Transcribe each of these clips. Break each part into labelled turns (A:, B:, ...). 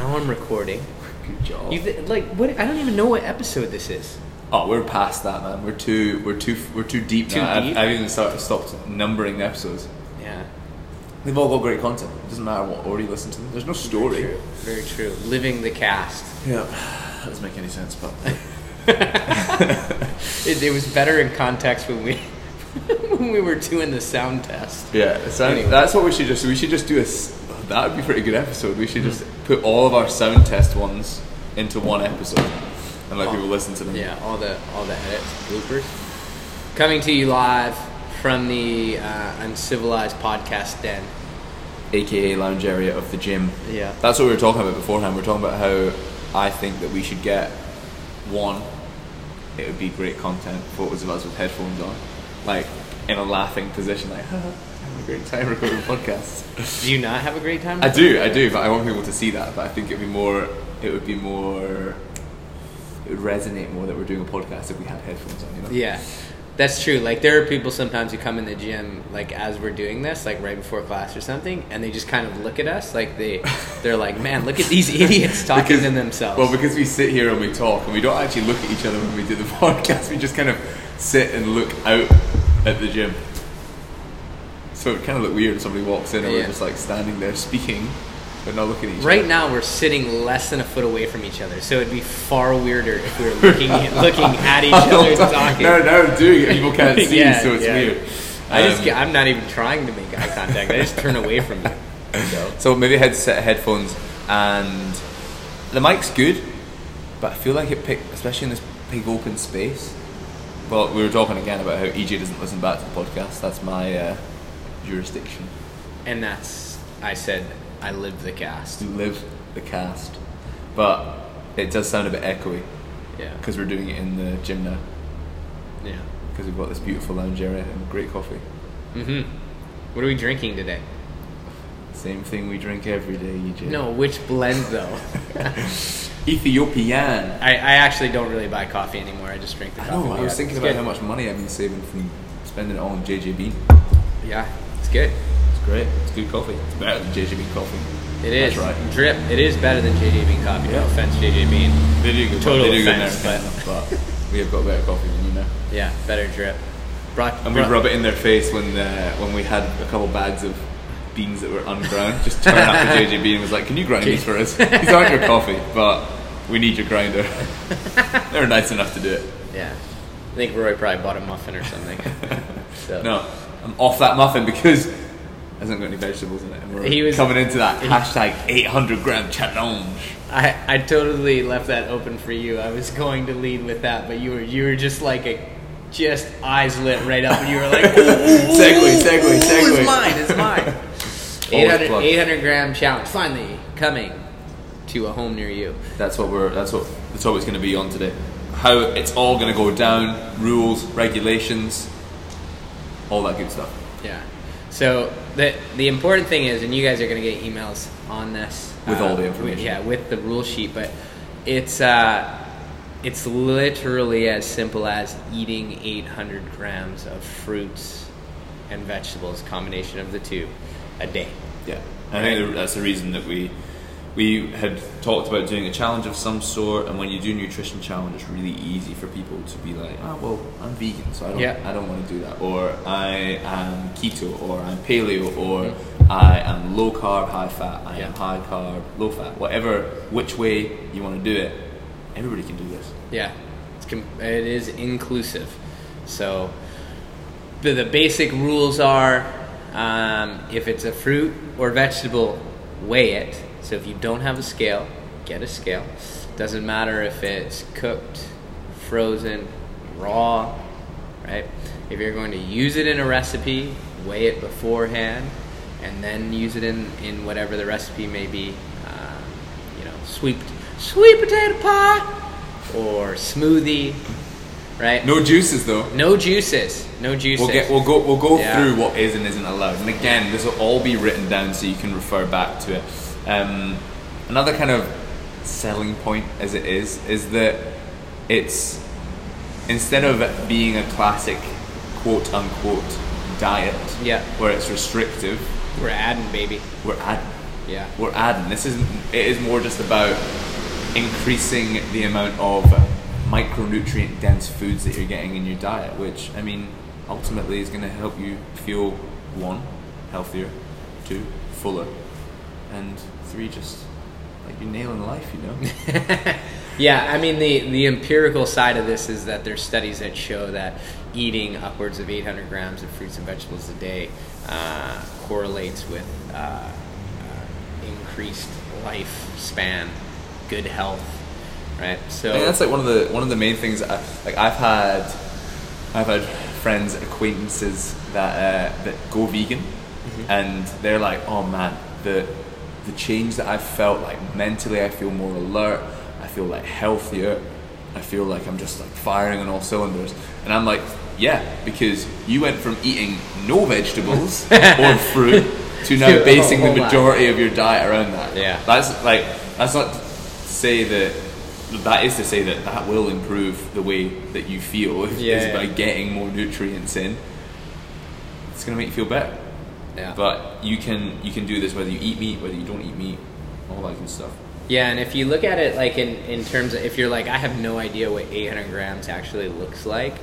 A: on recording.
B: Good job.
A: You've, like, what? I don't even know what episode this is.
B: oh, we're past that, man. We're too, we're too, we're too deep
A: Too
B: now.
A: deep?
B: I've, I've even start, stopped numbering the episodes.
A: Yeah.
B: They've all got great content. It doesn't matter what order you listen to them. There's no story.
A: True. Very true. Living the cast.
B: Yeah, that doesn't make any sense, but
A: It, it was better in context when we when we were doing the sound test.
B: yeah, it sound-
A: Anyway.
B: that's what we should just. We should just do a. s- That would be a pretty good episode. We should just
A: Mm.
B: put all of our sound test ones into one episode and let people listen to them.
A: Oh. Yeah, all the all the edits, bloopers. Coming to you live from the uh, Uncivilized Podcast Den.
B: aka lounge area of the gym.
A: Yeah.
B: That's what we were talking about beforehand. We are talking about how I think that we should get one. It would be great content. Photos of us with headphones on, like in a laughing position, like having a great time recording podcasts.
A: Do you not have a great time?
B: I do, I do, but I want people to see that. But I think it'd be more, it would be more, it would resonate more that we're doing a podcast if we had headphones on. You know?
A: Yeah, that's true. Like there are people sometimes who come in the gym like as we're doing this, like right before class or something, and they just kind of look at us like they they're like, man, look at these idiots talking
B: Because-
A: to themselves.
B: Well, because we sit here and we talk, and we don't actually look at each other when we do the podcast. We just kind of sit and look out at the gym. So it kind of look weird if somebody walks in and
A: Yeah.
B: we're just like standing there speaking, but not looking at each
A: Right now, we're sitting less than a foot away from each other, so it'd be far weirder if we were looking looking at each other
B: other.
A: talking.
B: no, no, I'm doing it. People can't see,
A: Yeah,
B: so it's
A: yeah.
B: weird.
A: I just
B: Um,
A: get, I'm not even trying to make eye contact. I just turn away from you. So
B: So maybe headset headphones and the mic's good, but I feel like it picked, especially in this big open space. Well, we were talking again about how EJ doesn't listen back to the podcast. That's my uh, jurisdiction.
A: and that's I said I live the cast.
B: To live the cast, but it does sound a bit echoey
A: Yeah,
B: because we're doing it in the gym now
A: yeah.
B: because we've got this beautiful lounge area and great coffee.
A: Mm-hmm. What are we drinking today?
B: Same thing we drink every day, E EJ.
A: No, which blend though?
B: Ethiopian.
A: I, I actually don't really buy coffee anymore. I just drink the
B: I
A: coffee.
B: know. I
A: we
B: was
A: have.
B: thinking
A: It's
B: about
A: good.
B: how much money I've been saving from spending it all on JJ Bean.
A: Yeah, it's good.
B: It's great. It's good coffee. It's better than JJ Bean coffee.
A: It is
B: That's right.
A: drip. It is better than JJ Bean coffee. No
B: Yeah.
A: offense, JJ Bean.
B: They do good.
A: Total
B: they do good
A: offense,
B: American, but we have got better coffee than you know.
A: Yeah, better drip. Brought,
B: And we
A: brought-
B: rub it in their face when uh, when we had a couple bags of beans that were unground. Just turned up to JJ Bean and was like, "Can you grind these for us? These aren't your coffee, but we need your grinder." they were nice enough to do it.
A: Yeah, I think Roy probably bought a muffin or something. so.
B: No, I'm off that muffin because it hasn't got any vegetables in it. And we're
A: He was-
B: coming into that hashtag 800 gram challenge.
A: I, I totally left that open for you. I was going to lead with that, but you were you were just like a just eyes lit right up, and you were like, ooh, ooh,
B: Segue,
A: ooh,
B: segue,
A: ooh,
B: segue.
A: It's mine. It's mine. 800,
B: plugged.
A: 800 gram challenge finally coming to a home near you.
B: That's what we're. That's what the topic's going to be on today. How it's all going to go down, rules, regulations, all that good stuff.
A: Yeah. So the the important thing is, and you guys are going to get emails on this uh,
B: With all the information.
A: with- yeah, with the rule sheet, but it's uh, it's literally as simple as eating 800 grams of fruits and vegetables, combination of the two, a day.
B: Yeah, I think that's the reason that we we had talked about doing a challenge of some sort. And when you do nutrition challenge, it's really easy for people to be like, "Ah, well, I'm vegan, so I don't,
A: Yeah.
B: I don't want to do that," or "I am keto," or "I'm paleo," or "I am low carb, high fat," "I am
A: Mm. Yeah.
B: high carb, low fat," whatever, which way you want to do it. Everybody can do this.
A: Yeah, it's com- it is inclusive. So the, the basic rules are um, if it's a fruit or vegetable, weigh it. So if you don't have a scale, get a scale. Doesn't matter if it's cooked, frozen, raw, right? If you're going to use it in a recipe, weigh it beforehand and then use it in, in whatever the recipe may be. Um, you know, sweet, sweet potato pie or smoothie, right?
B: No juices though.
A: No juices. No juices.
B: We'll get we'll go we'll go
A: Yeah.
B: through what is and isn't allowed. And again, this will all be written down so you can refer back to it. Um, another kind of selling point, as it is, is that it's instead of it being a classic quote unquote diet,
A: Yeah.
B: where it's restrictive,
A: We're adding, baby.
B: we're adding.
A: Yeah.
B: we're adding. This isn't. It is more just about increasing the amount of micronutrient dense foods that you're getting in your diet, which I mean, ultimately is going to help you feel one healthier, two fuller, and three just like you're nailing life. You know.
A: Yeah, I mean the the empirical side of this is that there's studies that show that eating upwards of 800 grams of fruits and vegetables a day uh, correlates with uh, uh, increased lifespan, good health, right? So
B: I think that's like one of the one of the main things. I, like I've had, I've had friends, acquaintances that uh, that go vegan,
A: Mm-hmm.
B: and they're like, oh man, the the change that I've felt like mentally, I feel more alert, I feel like healthier, I feel like I'm just like firing on all cylinders, and I'm like, yeah, because you went from eating no vegetables or fruit to
A: To
B: now
A: a
B: basing the
A: whole lot.
B: majority of your diet around that.
A: Yeah.
B: That's like that's not to say that that is to say that that will improve the way that you feel if,
A: Yeah,
B: is
A: yeah.
B: by getting more nutrients in. It's gonna make you feel better.
A: yeah.
B: But you can you can do this whether you eat meat, whether you don't eat meat, all that good stuff.
A: Yeah, and if you look at it like in, in terms of if you're like I have no idea what 800 grams actually looks like,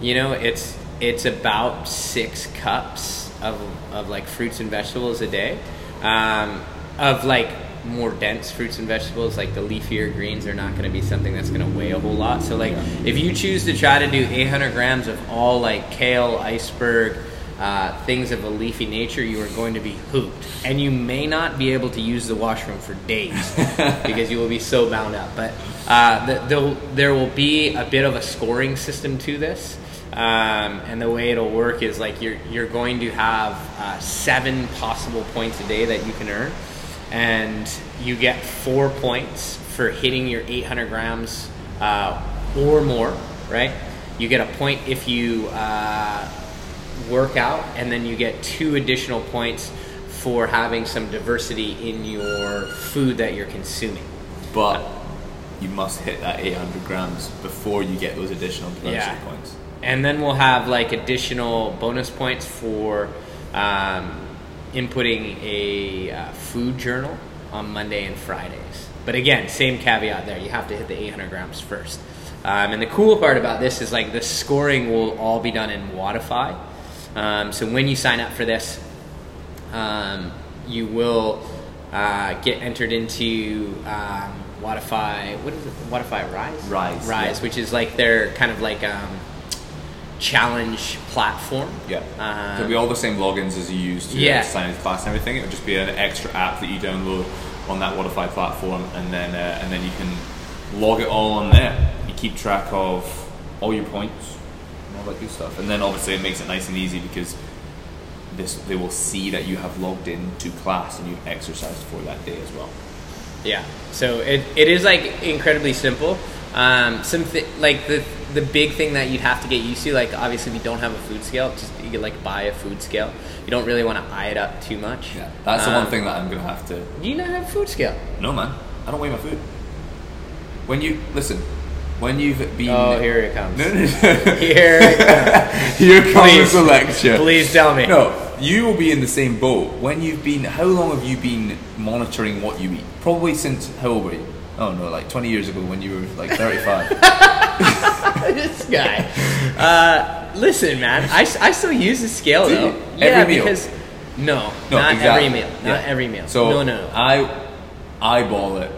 A: you know, it's it's about six cups of of like fruits and vegetables a day, um, of like more dense fruits and vegetables like the leafier greens are not going to be something that's going to weigh a whole lot. So like if you choose to try to do 800 grams of all like kale, iceberg, uh, things of a leafy nature, you are going to be hooped. And you may not be able to use the washroom for days because you will be so bound up. But uh, the, the, there will be a bit of a scoring system to this. Um, and the way it'll work is like you're, you're going to have uh, seven possible points a day that you can earn. And you get four points for hitting your 800 grams uh, or more, right? You get a point if you uh, workout, and then you get two additional points for having some diversity in your food that you're consuming.
B: But you must hit that eight hundred grams before you get those additional diversity points.
A: And then we'll have like additional bonus points for um, inputting a uh, food journal on Monday and Fridays. But again, same caveat there. You have to hit the 800 grams first. Um, and the cool part about this is like the scoring will all be done in Wattify. Um, so when you sign up for this, um, you will uh, get entered into um, Wattify. What is it? Wattify Rise.
B: Rise,
A: Rise,
B: yeah.
A: which is like their kind of like um, challenge platform.
B: Yeah.
A: Um,
B: It'll be all the same logins as you use to
A: Yeah.
B: sign into class and everything. It'll just be an extra app that you download on that Waterfly platform, and then uh, and then you can log it all on there. You keep track of all your points and all that good stuff. And then obviously it makes it nice and easy because this they will see that you have logged in to class and you've exercised for that day as well.
A: Yeah. So it, it is like incredibly simple. Um, some thi- like the the big thing that you'd have to get used to, like obviously we don't have a food scale. Just you could like buy a food scale. You don't really want to eye it up too much.
B: That's the one
A: Um,
B: thing that I'm gonna have to
A: Do you not have a food scale?
B: No man, I don't weigh my food. When you listen, when you've been
A: Oh, here it comes.
B: No, no, no.
A: Here it comes.
B: Here comes
A: Please.
B: the lecture.
A: Please tell me.
B: No, you will be in the same boat. When you've been, how long have you been monitoring what you eat? Probably since how old were you? Oh no, like twenty years ago when you were like thirty-five.
A: this guy. Uh, listen, man, I, s- I still use the scale
B: Do you?
A: though.
B: Every
A: yeah,
B: meal?
A: because no,
B: No,
A: not
B: exactly.
A: every meal, not
B: Yeah.
A: every meal.
B: So
A: no, no, no.
B: I eyeball it,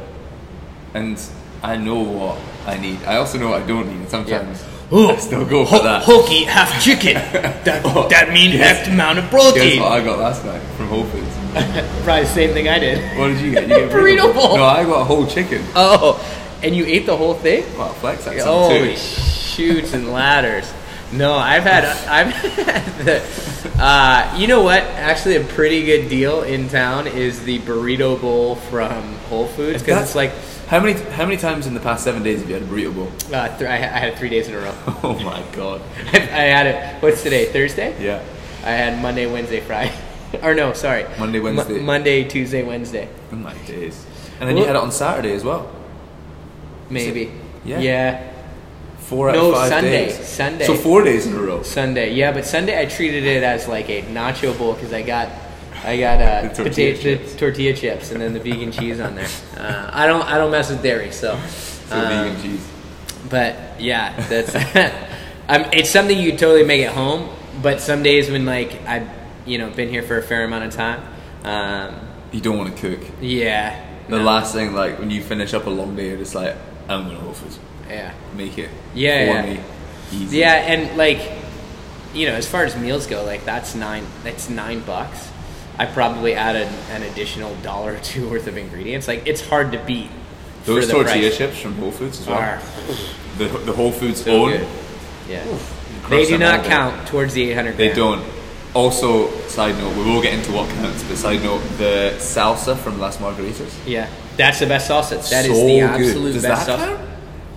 B: and I know what I need. I also know what I don't need. and Sometimes I still go for that.
C: Hulk eat half chicken. That,
B: Oh,
C: that means half the amount of
B: Guess
C: protein.
B: what I got last night from Whole Foods?
A: Probably the same thing I did.
B: What did you get? You get
A: Burrito bowl.
B: No, I got a whole chicken.
A: Oh, and you ate the whole thing?
B: Wow, flex that's
A: Oh,
B: something too.
A: shoots and ladders. No, I've had I've had the, uh, you know what? Actually, a pretty good deal in town is the burrito bowl from Whole Foods because it's
B: That's-
A: like
B: How many how many times in the past seven days have you had a burrito bowl?
A: uh, th- I, I had it three days in a row.
B: Oh my god.
A: I had it. What's today? Thursday.
B: Yeah.
A: I had Monday, Wednesday, Friday. or no, sorry.
B: Monday, Wednesday.
A: Mon- Monday, Tuesday, Wednesday.
B: Oh my days. And then you had it on Saturday as well.
A: Maybe.
B: Yeah.
A: Yeah.
B: Four out
A: No,
B: of five
A: Sunday.
B: days.
A: Sunday.
B: So four days in a row.
A: Sunday. Yeah, but Sunday I treated it as like a nacho bowl because I got I got uh,
B: The tortilla
A: potato,
B: chips.
A: the tortilla chips and then the vegan cheese on there. Uh, I don't I don't mess with dairy, so.
B: So
A: um,
B: vegan cheese.
A: But yeah, that's um, it's something you totally make at home. But some days when like I've you know been here for a fair amount of time, um,
B: You don't want to cook.
A: yeah,
B: The
A: no,
B: last thing, like when you finish up a long day, you're just like, I'm gonna Wolfers.
A: yeah,
B: Make it.
A: Yeah,
B: for
A: yeah.
B: me. Easy.
A: yeah, and like you know as far as meals go, like that's nine that's nine bucks. I probably added an additional dollar or two worth of ingredients. Like it's hard to beat. for
B: Those
A: the
B: tortilla
A: price.
B: chips from Whole Foods as well.
A: are
B: The, the Whole Foods
A: so
B: own.
A: good. Yeah, they
B: Crush
A: do
B: them all
A: not
B: day.
A: count towards the eight hundred.
B: They don't. Also, side note, we will get into what counts, but side note, the salsa from Las Margaritas.
A: Yeah, that's the best sausage. That is
B: so
A: the
B: good.
A: absolute
B: Does
A: best
B: that
A: sausage.
B: count?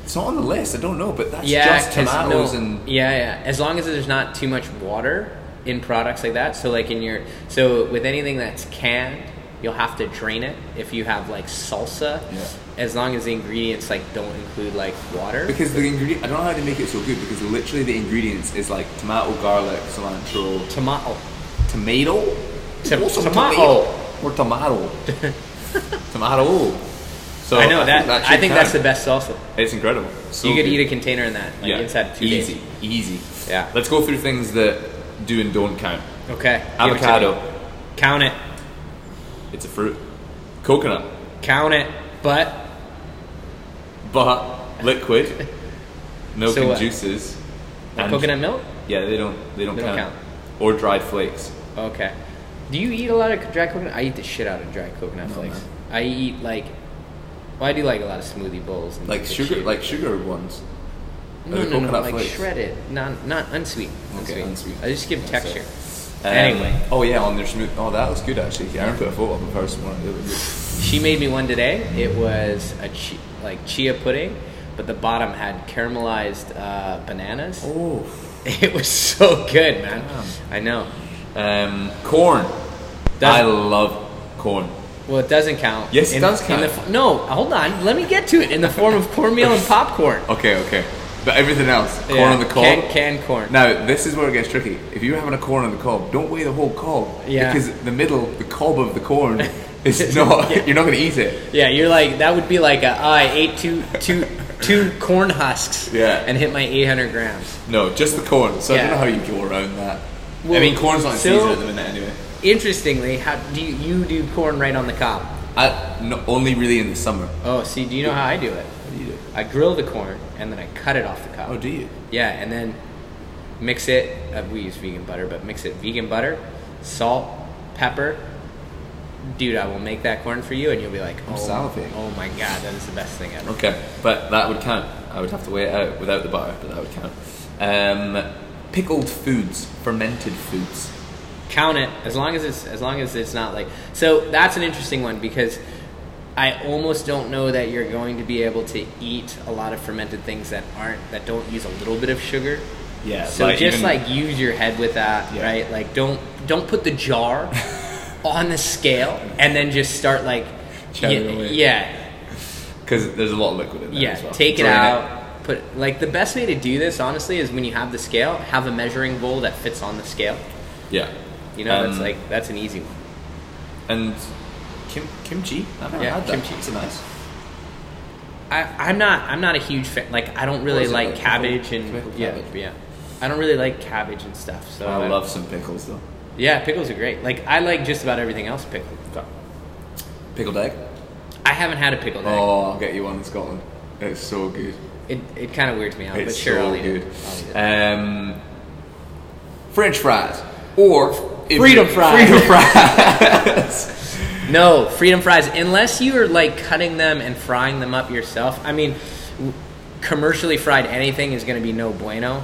B: It's not on the list. I don't know, but that's
A: Yeah,
B: just
A: 'cause
B: tomatoes
A: no-
B: and
A: yeah, yeah. As long as there's not too much water in products like that. So like in your so with anything that's canned, you'll have to drain it. If you have like salsa,
B: Yeah.
A: as long as the ingredients like don't include like water.
B: because the ingredient. I don't know how they make it so good because literally the ingredients is like tomato, garlic, cilantro,
A: Tomato.
B: tomato,
A: Tom-
B: Also
A: tomato.
B: or tomato, tomato. So
A: I know that. I
B: should
A: think that's the
B: count.
A: best salsa.
B: It's incredible. So
A: you could
B: good.
A: eat a container in that. Like inside of two days.
B: easy, easy.
A: Yeah.
B: Let's go through things that do and don't count.
A: Okay. give it to me.
B: Avocado.
A: Count it.
B: It's a fruit. Coconut.
A: Count it. But
B: But liquid. Milk
A: So
B: and
A: what?
B: juices. and-
A: coconut milk.
B: Yeah, they don't. They don't,
A: They don't
B: count.
A: count.
B: Or dried flakes.
A: Okay. Do you eat a lot of dry coconut? I eat the shit out of dry coconut flakes.
B: man.
A: I eat like, well, I do like a lot of smoothie bowls and
B: Like
A: the
B: sugar.
A: shit.
B: Like sugar ones.
A: no,
B: are
A: no,
B: they
A: no,
B: coconut
A: like
B: flakes?
A: shredded, not not unsweet.
B: Okay, unsweet.
A: I just give
B: That's
A: texture.
B: Um,
A: anyway,
B: Oh yeah, on their smooth. Oh, that looks good actually. Aaron put a photo up of hers tomorrow. They look good.
A: she made me one today. It was a chi- like chia pudding, but the bottom had caramelized uh, bananas.
B: Oh.
A: It was so good, man.
B: Damn.
A: I know.
B: Um, corn.
A: Does-
B: I love corn.
A: Well, it doesn't count.
B: Yes, it
A: in,
B: does
A: In the,
B: count.
A: f- no, hold on. Let me get to it. In the form of cornmeal and popcorn.
B: Okay, okay. But everything else, corn
A: Yeah,
B: on the cob.
A: Canned, canned corn.
B: Now, this is where it gets tricky. If you're having a corn on the cob, don't weigh the whole cob.
A: Yeah.
B: Because the middle, the cob of the corn, is not, you're not going to eat it.
A: Yeah, you're like that would be like a, ah, I ate two two two corn husks.
B: Yeah.
A: And hit my 800 grams.
B: No, just the corn. So I don't
A: Yeah.
B: know how you go around that. I
A: Well,
B: mean, corn's not in
A: so-
B: season at the minute anyway.
A: Interestingly, how do you, you do corn right on the cob?
B: I, no, only really in the summer.
A: Oh, see, do you know how I do it?
B: do you do?
A: I grill the corn and then I cut it off the cob.
B: Oh, do you?
A: Yeah, and then mix it. Uh, we use vegan butter, but mix it vegan butter, salt, pepper. Dude, I will make that corn for you, and you'll be like, oh,
B: salivating.
A: oh my god, that is the best thing ever.
B: Okay, but that would count. I would have to weigh it out without the butter, but that would count. Um, pickled foods, fermented foods.
A: count it as long as it's as long as it's not like so that's an interesting one because i almost don't know that you're going to be able to eat a lot of fermented things that aren't that don't use a little bit of sugar
B: Yeah,
A: so
B: like
A: just
B: even-
A: like use your head with that
B: Yeah.
A: right like don't don't put the jar on the scale and then just start like
B: Chatting
A: yeah,
B: away.
A: yeah
B: Because there's a lot of liquid in there.
A: yeah,
B: as well.
A: take it
B: Drain
A: out. Put like the best way to do this, honestly, is when you have the scale, have a measuring bowl that fits on the scale.
B: Yeah.
A: You know, that's
B: Um,
A: like that's an easy one.
B: And kim- kimchi. I've never
A: Yeah,
B: had that.
A: kimchi.
B: It's nice.
A: I, I'm not. I'm not a huge fan. Like, I don't really
B: is it,
A: like
B: like,
A: cabbage
B: pickled-
A: and
B: pickled
A: yeah,
B: cabbage?
A: yeah. I don't really like cabbage and stuff. So
B: I love some pickles though.
A: Yeah, pickles are great. Like, I like just about everything else pickled.
B: Pickled egg.
A: I haven't had a pickled egg.
B: Oh, I'll get you one in Scotland. It's so good.
A: It it kind of weirds me out,
B: It's
A: but sure,
B: so
A: I'll eat
B: good.
A: it. I'll eat it.
B: Um, French fries or if-
A: Freedom fries.
B: Freedom fries.
A: No, freedom fries. Unless you are like cutting them and frying them up yourself. I mean, w- commercially fried anything is going to be no bueno,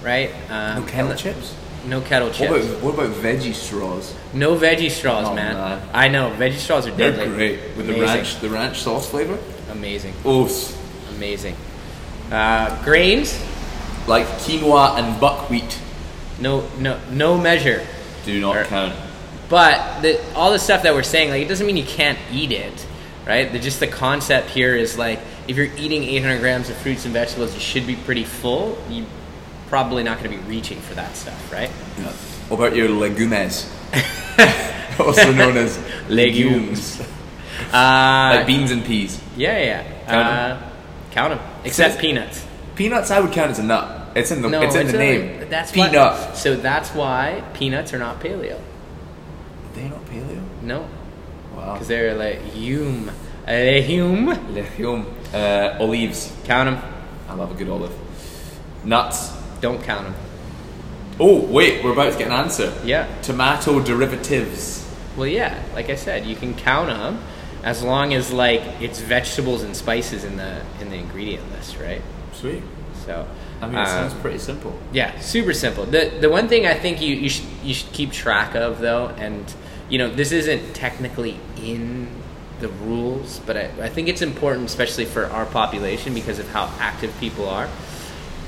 A: right? Um, unle-
B: chips.
A: No kettle chips.
B: What about what about veggie straws?
A: no veggie straws,
B: Oh,
A: man.
B: man.
A: I know veggie straws are
B: They're
A: deadly.
B: great with the
A: Amazing.
B: ranch the ranch sauce flavor.
A: Amazing.
B: Oh, s-
A: Amazing. Uh, grains,
B: like quinoa and buckwheat
A: no, no, no measure.
B: do not
A: Or-
B: count.
A: But the, all the stuff that we're saying, like, it doesn't mean you can't eat it, right? The, just the concept here is like, if you're eating 800 grams of fruits and vegetables, you should be pretty full. You probably not going to be reaching for that stuff, right?
B: What about your legumes? also known as
A: Legumes.
B: legumes,
A: Uh,
B: like beans and peas.
A: Yeah, yeah.
B: Count 'em.
A: uh, count them. Except
B: it's-
A: peanuts.
B: Peanuts, I would count as a nut. It's in the it's in the name.
A: That's why-
B: peanut.
A: so that's why peanuts are not paleo.
B: They're not paleo.
A: No,
B: Wow. Ah.
A: because they're like hume, a hume.
B: Legume. Uh, olives.
A: Count them.
B: I love a good olive. Nuts.
A: Don't count them.
B: Oh wait, we're about to get an answer.
A: Yeah.
B: Tomato derivatives.
A: Well, yeah. Like I said, you can count them as long as like it's vegetables and spices in the in the ingredient list, right?
B: Sweet.
A: So.
B: I mean, it
A: uh,
B: sounds pretty simple.
A: Yeah, super simple. The the one thing I think you, you should you should keep track of though, and you know this isn't technically in the rules, but I, I think it's important, especially for our population, because of how active people are,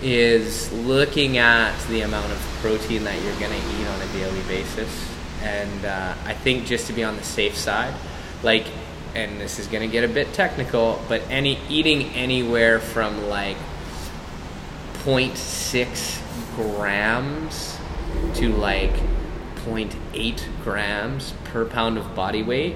A: is looking at the amount of protein that you're going to eat on a daily basis, and uh, I think just to be on the safe side, like, and this is going to get a bit technical, but any eating anywhere from like 0.6 grams to like 0.8 grams per pound of body weight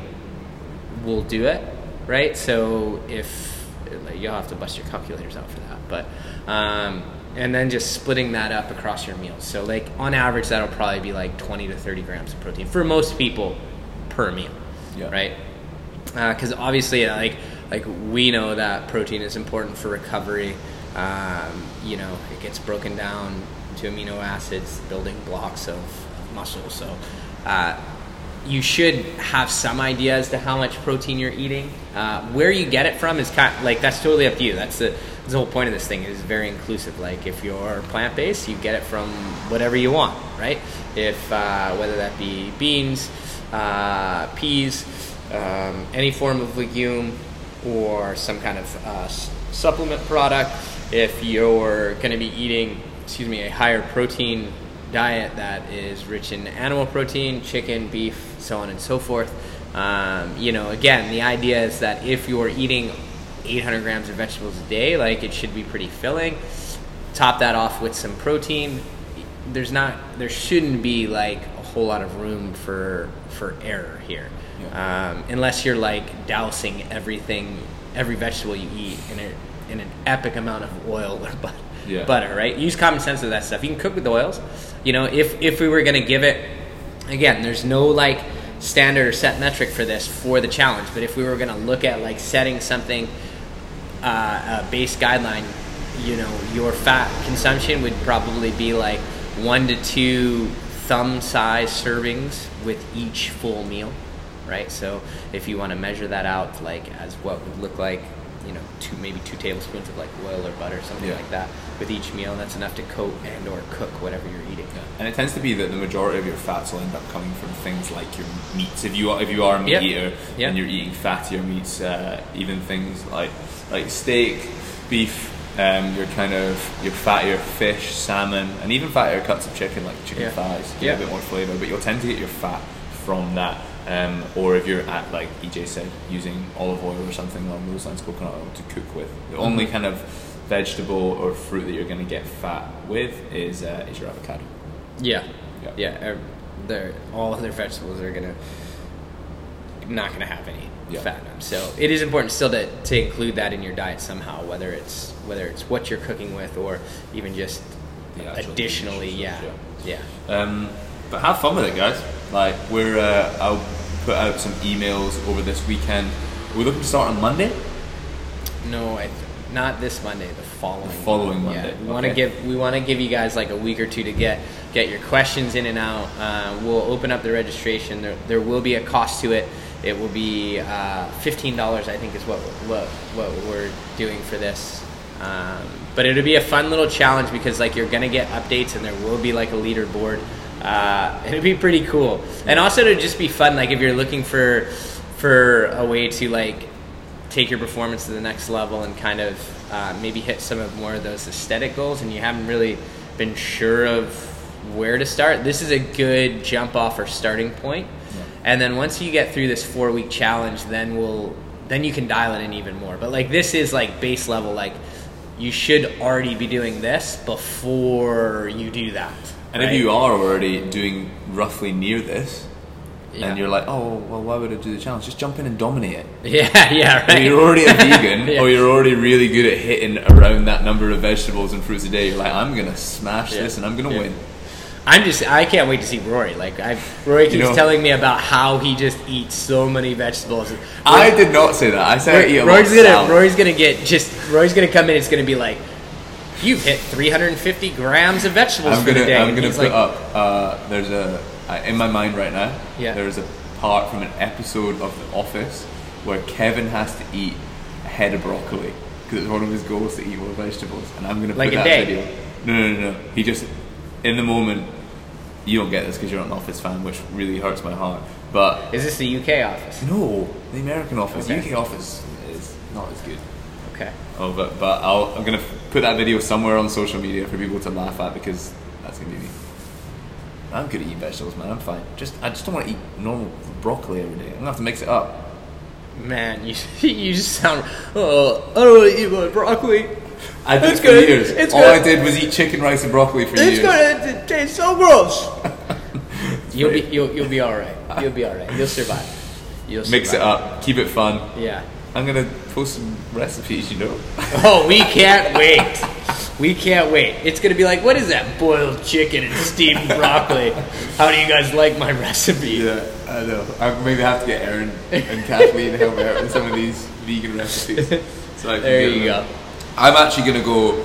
A: will do it, right? So if like, you'll have to bust your calculators out for that, but um, and then just splitting that up across your meals. So like on average, that'll probably be like 20 to 30 grams of protein for most people per meal,
B: Yeah.
A: right? because obviously, uh, like like we know that protein is important for recovery. Um, you know, it gets broken down to amino acids, building blocks of muscle. So, uh, you should have some idea as to how much protein you're eating. Uh, where you get it from is kind like that's totally up to you. That's the, that's the whole point of this thing. It is very inclusive. Like if you're plant based, you get it from whatever you want, right? If uh, whether that be beans, uh, peas um, any form of legume or some kind of uh, s- supplement product. If you're going to be eating, excuse me, a higher protein diet that is rich in animal protein, chicken, beef, so on and so forth. Um, you know, again, the idea is that if you're eating 800 grams of vegetables a day, like it should be pretty filling. Top that off with some protein. There's not, there shouldn't be like a whole lot of room for for error here um, unless you're like dousing everything, every vegetable you eat in a, in an epic amount of oil or butter,
B: Yeah.
A: butter, right? Use common sense with that stuff. You can cook with oils. You know, if if we were gonna give it, again, there's no like standard or set metric for this for the challenge. But if we were gonna look at like setting something, uh, a base guideline, you know, your fat consumption would probably be like one to two thumb size servings with each full meal, right? So if you want to measure that out, like as what would look like, you know, two maybe two tablespoons of like oil or butter, something
B: Yeah.
A: like that, with each meal, and that's enough to coat and or cook whatever you're eating.
B: And it tends to be that the majority of your fats will end up coming from things like your meats. If you are, if you are a meat
A: Yeah.
B: eater
A: Yeah.
B: and you're eating fattier meats, uh, even things like like steak, beef, um, your kind of your fattier fish, salmon, and even fattier cuts of chicken like chicken
A: Yeah.
B: thighs, give it
A: Yeah.
B: a bit more flavour. But you'll tend to get your fat from that. Um, or if you're at like EJ said, using olive oil or something along those lines, coconut oil to cook with. The
A: Mm-hmm.
B: only kind of vegetable or fruit that you're going to get fat with is uh, is your avocado.
A: Yeah,
B: Yeah.
A: yeah. ev- They're all other vegetables are gonna not gonna have any
B: Yeah.
A: fat in them. So it is important still to, to include that in your diet somehow, whether it's whether it's what you're cooking with or even just
B: The actual
A: additionally,
B: ingredients,
A: yeah, yeah,
B: Um, but have fun with it, guys. Like we're, uh, I'll put out some emails over this weekend. We're looking to start on Monday.
A: No, I th- not this Monday. The following.
B: following Monday,
A: Yeah, we want to
B: okay.
A: give we want to give you guys like a week or two to get get your questions in and out. Uh, we'll open up the registration. There, there will be a cost to it. It will be uh, fifteen dollars. I think is what what what we're doing for this. Um, but it'll be a fun little challenge because like you're gonna get updates and there will be like a leaderboard. Uh, it'd be pretty cool, and also to just be fun. Like if you're looking for for a way to like take your performance to the next level and kind of uh, maybe hit some of more of those aesthetic goals and you haven't really been sure of where to start this is a good jump off or starting point and then once you get through this four week challenge then we'll then you can dial it in even more but like this is like base level like you should already be doing this before you do that
B: And
A: right?
B: if you are already doing roughly near this,
A: Yeah.
B: and you're like, oh well, why would I do the challenge? Just jump in and dominate it.
A: Yeah, yeah,
B: Or
A: right.
B: you're already a vegan,
A: Yeah.
B: or you're already really good at hitting around that number of vegetables and fruits a day. You're like, I'm gonna smash
A: Yeah.
B: this and I'm gonna
A: Yeah.
B: win.
A: I'm just I can't wait to see Rory. Like I Rory keeps
B: know-
A: telling me about how he just eats so many vegetables.
B: I did not say that. I said I eat a lot of
A: Rory's gonna
B: salad.
A: Rory's gonna get just Rory's gonna come in. It's gonna be like you've hit 350 grams of vegetables
B: I'm
A: for the
B: gonna
A: day.
B: I'm
A: And
B: gonna
A: he's
B: put
A: like,
B: up. Uh, there's a I- in my mind right now.
A: Yeah.
B: There's a part from an episode of The Office where Kevin has to eat a head of broccoli because it's one of his goals to eat more vegetables, and I'm gonna
A: Like
B: put
A: a
B: that
A: day?
B: video. No, no, no, no. He just in the moment. You don't get this because you're not an Office fan, which really hurts my heart. But
A: Is this the UK office?
B: no, the American Office,
A: Okay.
B: UK Office is not as good.
A: Okay.
B: Oh, but but I'll, I'm gonna put that video somewhere on social media for people to laugh at because that's gonna be me. I'm good at eating vegetables, man. I'm fine. Just I just don't want to eat normal broccoli every day. I'm gonna have to mix it up.
A: Man, you you just sound. Oh, I don't want to eat my broccoli.
B: I did
A: It's
B: for
A: good.
B: years.
A: It's
B: All I
A: good.
B: did was eat chicken rice and broccoli for
A: It's
B: years.
A: gonna t- taste so gross. you'll be you'll, you'll be all right. You'll be all right. You'll survive. You'll survive.
B: Mix it up. Keep it fun.
A: Yeah.
B: I'm gonna post some recipes. You know.
A: Oh, we can't wait. We can't wait. It's gonna be like, what is that? Boiled chicken and steamed broccoli. How do you guys like my recipe?
B: Yeah, I know. I maybe have to get Aaron and Kathleen to help me out with some of these vegan recipes. So I can
A: There
B: get
A: you
B: them.
A: go.
B: I'm actually gonna go.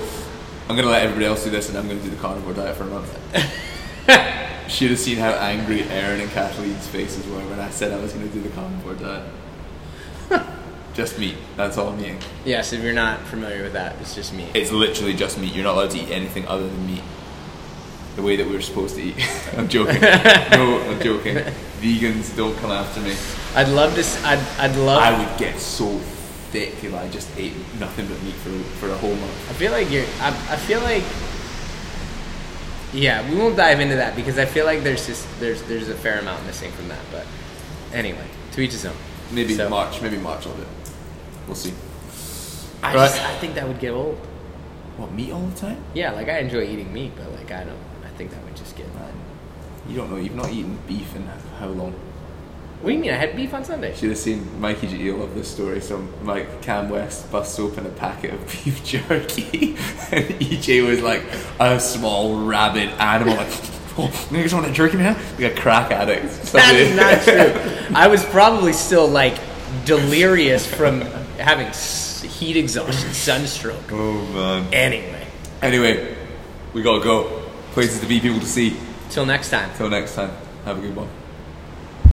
B: I'm gonna let everybody else do this, and I'm gonna do the carnivore diet for a month. Should have seen how angry Aaron and Kathleen's faces were when I said I was gonna do the carnivore diet. just meat. That's all I'm eating.
A: Yes, if you're not familiar with that, it's just me.
B: It's literally just meat. You're not allowed to eat anything other than meat. The way that we were supposed to eat. I'm joking. no, I'm joking. Vegans don't come after me.
A: I'd love to. s- I'd, I'd love.
B: I would get so thick if I just ate nothing but meat for for a whole month.
A: I feel like you're. I, I feel like. Yeah, we won't dive into that because I feel like there's just there's there's a fair amount missing from that. But anyway, to each his own.
B: Maybe
A: So,
B: March. Maybe March of it. We'll see.
A: I,
B: Right.
A: just, I think that would get old.
B: What meat all the time?
A: Yeah, like I enjoy eating meat, but like I don't. I think that would just get.
B: Man, you don't know. You've not eaten beef in how long?
A: What do you mean? I had beef on Sunday.
B: Should have seen Mikey G. You'll love this story. So Mike Cam West busts open a packet of beef jerky, and EJ was like a small rabid animal. Like, oh, niggas want a jerky man? Like a crack addict.
A: That's not true. I was probably still like delirious from having s- heat exhaustion, sunstroke.
B: oh man.
A: Anyway,
B: Anyway, we gotta go. Places to be, people to see.
A: till next time.
B: Till next time, have a good one.